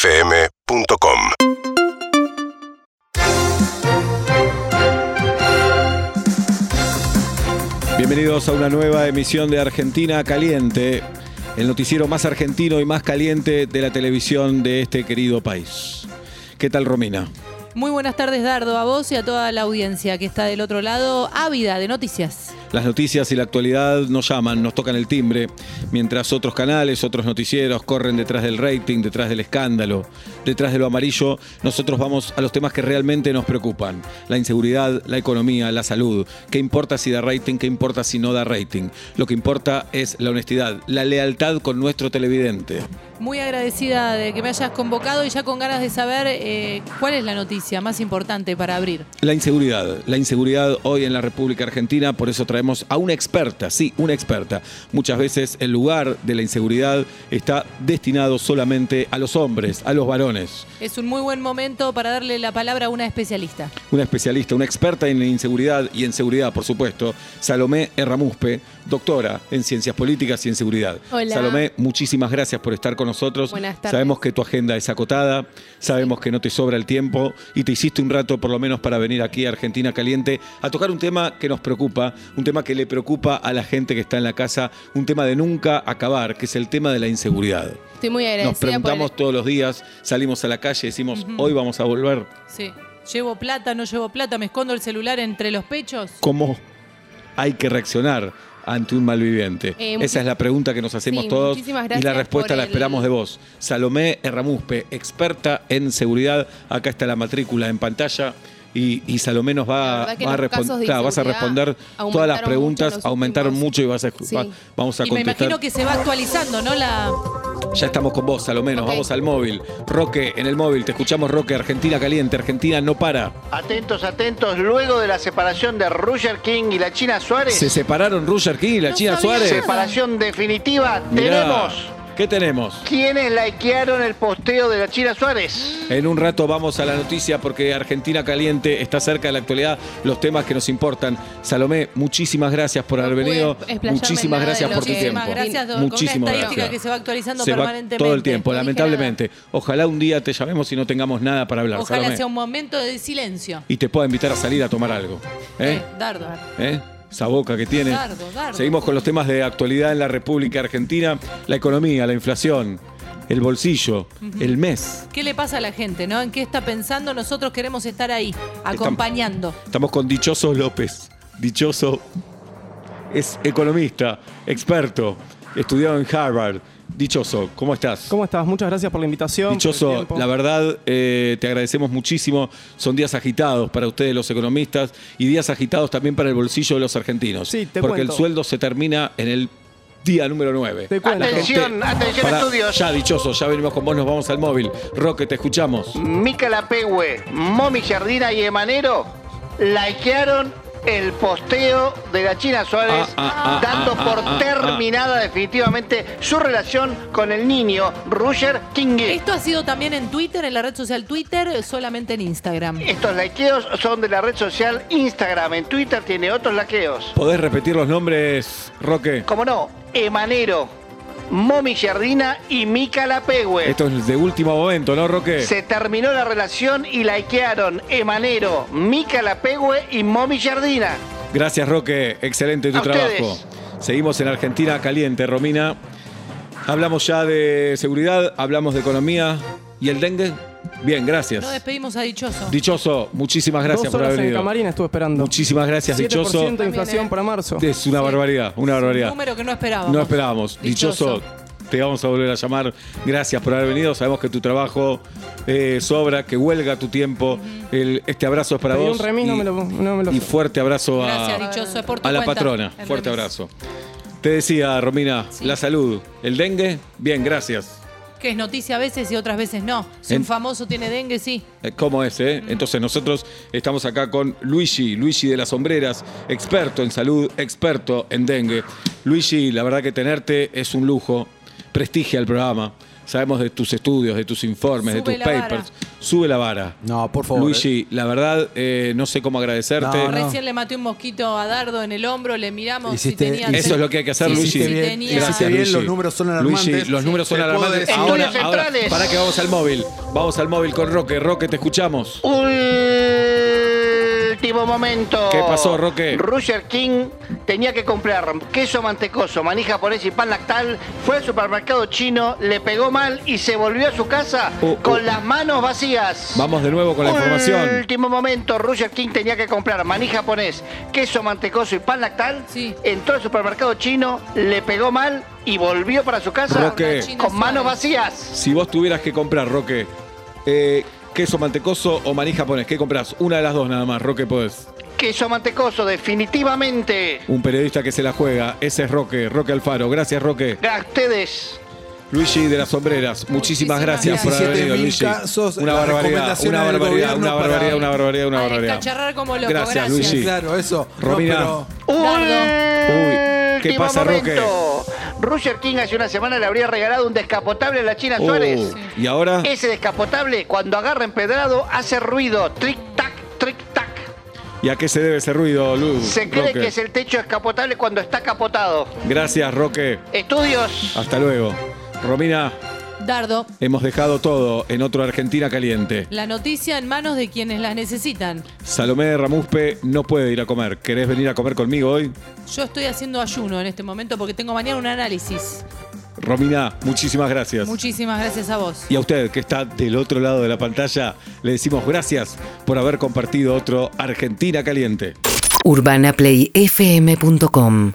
UrbanaPlayFM.com Bienvenidos a una nueva emisión de Argentina Caliente, el noticiero más argentino y más caliente de la televisión de este querido país. ¿Qué tal, Romina? Muy buenas tardes, Dardo, a vos y a toda la audiencia que está del otro lado, ávida de noticias. Las noticias y la actualidad nos llaman, nos tocan el timbre, mientras otros canales, otros noticieros corren detrás del rating, detrás del escándalo, detrás de lo amarillo, nosotros vamos a los temas que realmente nos preocupan. La inseguridad, la economía, la salud. ¿Qué importa si da rating? ¿Qué importa si no da rating? Lo que importa es la honestidad, la lealtad con nuestro televidente. Muy agradecida de que me hayas convocado y ya con ganas de saber eh, cuál es la noticia más importante para abrir. La inseguridad, la inseguridad hoy en la República Argentina, por eso traemos a una experta, sí, una experta. Muchas veces el lugar de la inseguridad está destinado solamente a los hombres, a los varones. Es un muy buen momento para darle la palabra a una especialista. Una especialista, una experta en inseguridad y en seguridad, por supuesto, Salomé Erramuspe, doctora en ciencias políticas y en seguridad. Hola. Salomé, muchísimas gracias por estar con nosotros. Buenas tardes. Sabemos que tu agenda es acotada, sabemos que no te sobra el tiempo y te hiciste un rato por lo menos para venir aquí a Argentina Caliente a tocar un tema que nos preocupa, un tema que le preocupa a la gente que está en la casa, un tema de nunca acabar, que es el tema de la inseguridad. Estoy muy Nos agradecida por el- preguntamos todos los días, salimos a la calle, decimos, hoy vamos a volver. Sí. ¿Llevo plata, no llevo plata? ¿Me escondo el celular entre los pechos? ¿Cómo hay que reaccionar ante un malviviente? Eh, Esa es la pregunta que nos hacemos Sí, todos muchísimas y la gracias respuesta por la el- esperamos de vos. Salomé Erramuspe, experta en seguridad. Acá está la matrícula en pantalla. Y, y Salomé nos La va, verdad que va a los casos responder. de vas a inseguridad responder todas las aumentaron preguntas, mucho en los aumentaron últimos- mucho y vas a, Sí. va- vamos a Y contestar. me imagino que se va actualizando, ¿no? La... Ya estamos con vos, Salomé, nos Ok. vamos al móvil. Roque, en el móvil, te escuchamos, Roque, Argentina caliente, Argentina no para. Atentos, atentos, luego de la separación de Roger King y la China Suárez, Se separaron Roger King y la No China sabía Suárez. nada. separación definitiva, Mirá, tenemos ¿Qué tenemos? quienes likearon el posteo de la China Suárez. En un rato vamos a la noticia porque Argentina Caliente está cerca de la actualidad, los temas que nos importan. Salomé, muchísimas gracias por No haber pude venido. explayarme Muchísimas nada de gracias lo por tu que- tiempo. Muchísimas gracias, Don, con una Muchísimas estadística gracias. que se va actualizando Se va permanentemente. todo el tiempo, lamentablemente. No Ojalá un día te llamemos y no tengamos nada para hablar, Ojalá Salomé. sea un momento de silencio. Y te pueda invitar a salir a tomar algo. ¿Eh? Eh, Dardo. ¿Eh? Esa boca que tiene. Dardo, dardo. Seguimos con los temas de actualidad en la República Argentina. La economía, la inflación, el bolsillo, el mes. ¿Qué le pasa a la gente, no? ¿En qué está pensando? Nosotros queremos estar ahí, acompañando. Estamos con Dichoso López. Dichoso es economista, experto, estudiado en Harvard. Dichoso, ¿cómo estás? ¿Cómo estás? Muchas gracias por la invitación. por el Dichoso, tiempo. la verdad, eh, te agradecemos muchísimo. Son días agitados para ustedes los economistas y días agitados también para el bolsillo de los argentinos. Sí, te porque cuento. el sueldo se termina en el día número 9. Te cuento. Atención, atención, estudios. Ya, Dichoso, ya venimos con vos, nos vamos al móvil. Roque, te escuchamos. Mica Lapehue, Momi Jardina y Emanero likearon el posteo de la China Suárez, Ah, ah, ah, dando ah, por ah, ah, terminada definitivamente su relación con el niño Roger King. Esto ha sido también en Twitter, en la red social Twitter, solamente en Instagram. Estos likeos son de la red social Instagram. En Twitter tiene otros laqueos. ¿Podés repetir los nombres, Roque? Como no, Emanero, Momi Jardina y Mica Lapehue. Esto es de último momento, ¿no, Roque? Se terminó la relación y likearon Emanero, Mica Lapehue y Momi Jardina. Gracias, Roque. Excelente tu A trabajo. ustedes. Seguimos en Argentina Caliente, Romina. Hablamos ya de seguridad, hablamos de economía. ¿Y el dengue? Bien, gracias. No despedimos a Dichoso. Dichoso, muchísimas gracias Dos por horas haber en venido. camarín estuve esperando. Muchísimas gracias, 7% Dichoso. de inflación para marzo. Es una barbaridad, una barbaridad. Número que no esperábamos. No esperábamos. Dichoso. Te vamos a volver a llamar. Gracias por haber venido. Sabemos que tu trabajo eh, sobra, que huelga tu tiempo. El- este abrazo es para Pedí vos. un remis, y, no me lo- no me lo- y fuerte abrazo Gracias, a, Dichoso. Es por tu a la cuenta. patrona. El Fuerte remis. abrazo. Te decía, Romina, Sí. la salud. ¿El dengue? Bien, gracias. Que es noticia a veces y otras veces no. Si En- un famoso tiene dengue, sí. Eh, ¿Cómo es, eh? Mm. Entonces nosotros estamos acá con Luigi, Luigi de las Sombreras, experto en salud, experto en dengue. Luigi, la verdad que tenerte es un lujo, prestigia el programa. Sabemos de tus estudios, de tus informes, Sube de tus la vara. papers. Sube la vara. No, por favor. Luigi, la verdad, eh, no sé cómo agradecerte. No, no. Recién le maté un mosquito a Dardo en el hombro, le miramos Hiciste- si tenía... hiciste- Eso es lo que hay que hacer, Sí, Luigi. sí, Hiciste bien, tenía- hiciste bien, Luigi. los números son alarmantes. Luigi, los números son Te puedo alarmantes. decir- Ahora, Sectores ahora, centrales. para que vamos al móvil. Vamos al móvil con Roque. Roque, te escuchamos. Último momento. ¿Qué pasó, Roque? Roger King tenía que comprar queso mantecoso, manija por y pan lactal. Fue al supermercado chino, le pegó mal y se volvió a su casa Uh, uh. con las manos vacías. Vamos de nuevo con la información. Último momento, Roger King tenía que comprar maní japonés, queso mantecoso y pan lactal. Sí. Entró al supermercado chino, le pegó mal y volvió para su casa Roque. con manos vacías. Si vos tuvieras que comprar, Roque, eh, queso mantecoso o maní japonés, ¿qué compras? Una de las dos nada más, Roque, podés. Queso mantecoso, definitivamente. Un periodista que se la juega. Ese es Roque, Roque Alfaro. Gracias, Roque. A ustedes. Luigi de las sombreras, muchísimas Muchísimas gracias por haber 17.000 venido, Luigi. casos, una, la barbaridad, recomendación una del barbaridad, gobierno una para- barbaridad, una barbaridad, una A barbaridad, descacharrar como loco, Gracias, gracias. Luigi. Claro, eso. No, Romina. pero- Uy, ¿qué Último pasa, Roque? momento. Roger King hace una semana le habría regalado un descapotable a la China Suárez. Oh, Y ahora, Ese descapotable, cuando agarra empedrado, hace ruido. Tric-tac, tric-tac. ¿y a qué se debe ese ruido, Lu? Se cree Roque? que es el techo descapotable cuando está capotado. Gracias, Roque. Estudios. Hasta luego. Romina, Dardo, hemos dejado todo en otro Argentina caliente. la noticia en manos de quienes las necesitan. Salomé Ramuspe no puede ir a comer. ¿Querés venir a comer conmigo hoy? Yo estoy haciendo ayuno en este momento porque tengo mañana un análisis. Romina, muchísimas gracias. Muchísimas gracias a vos. Y a usted que está del otro lado de la pantalla, le decimos gracias por haber compartido otro Argentina Caliente. urbanaplayfm.com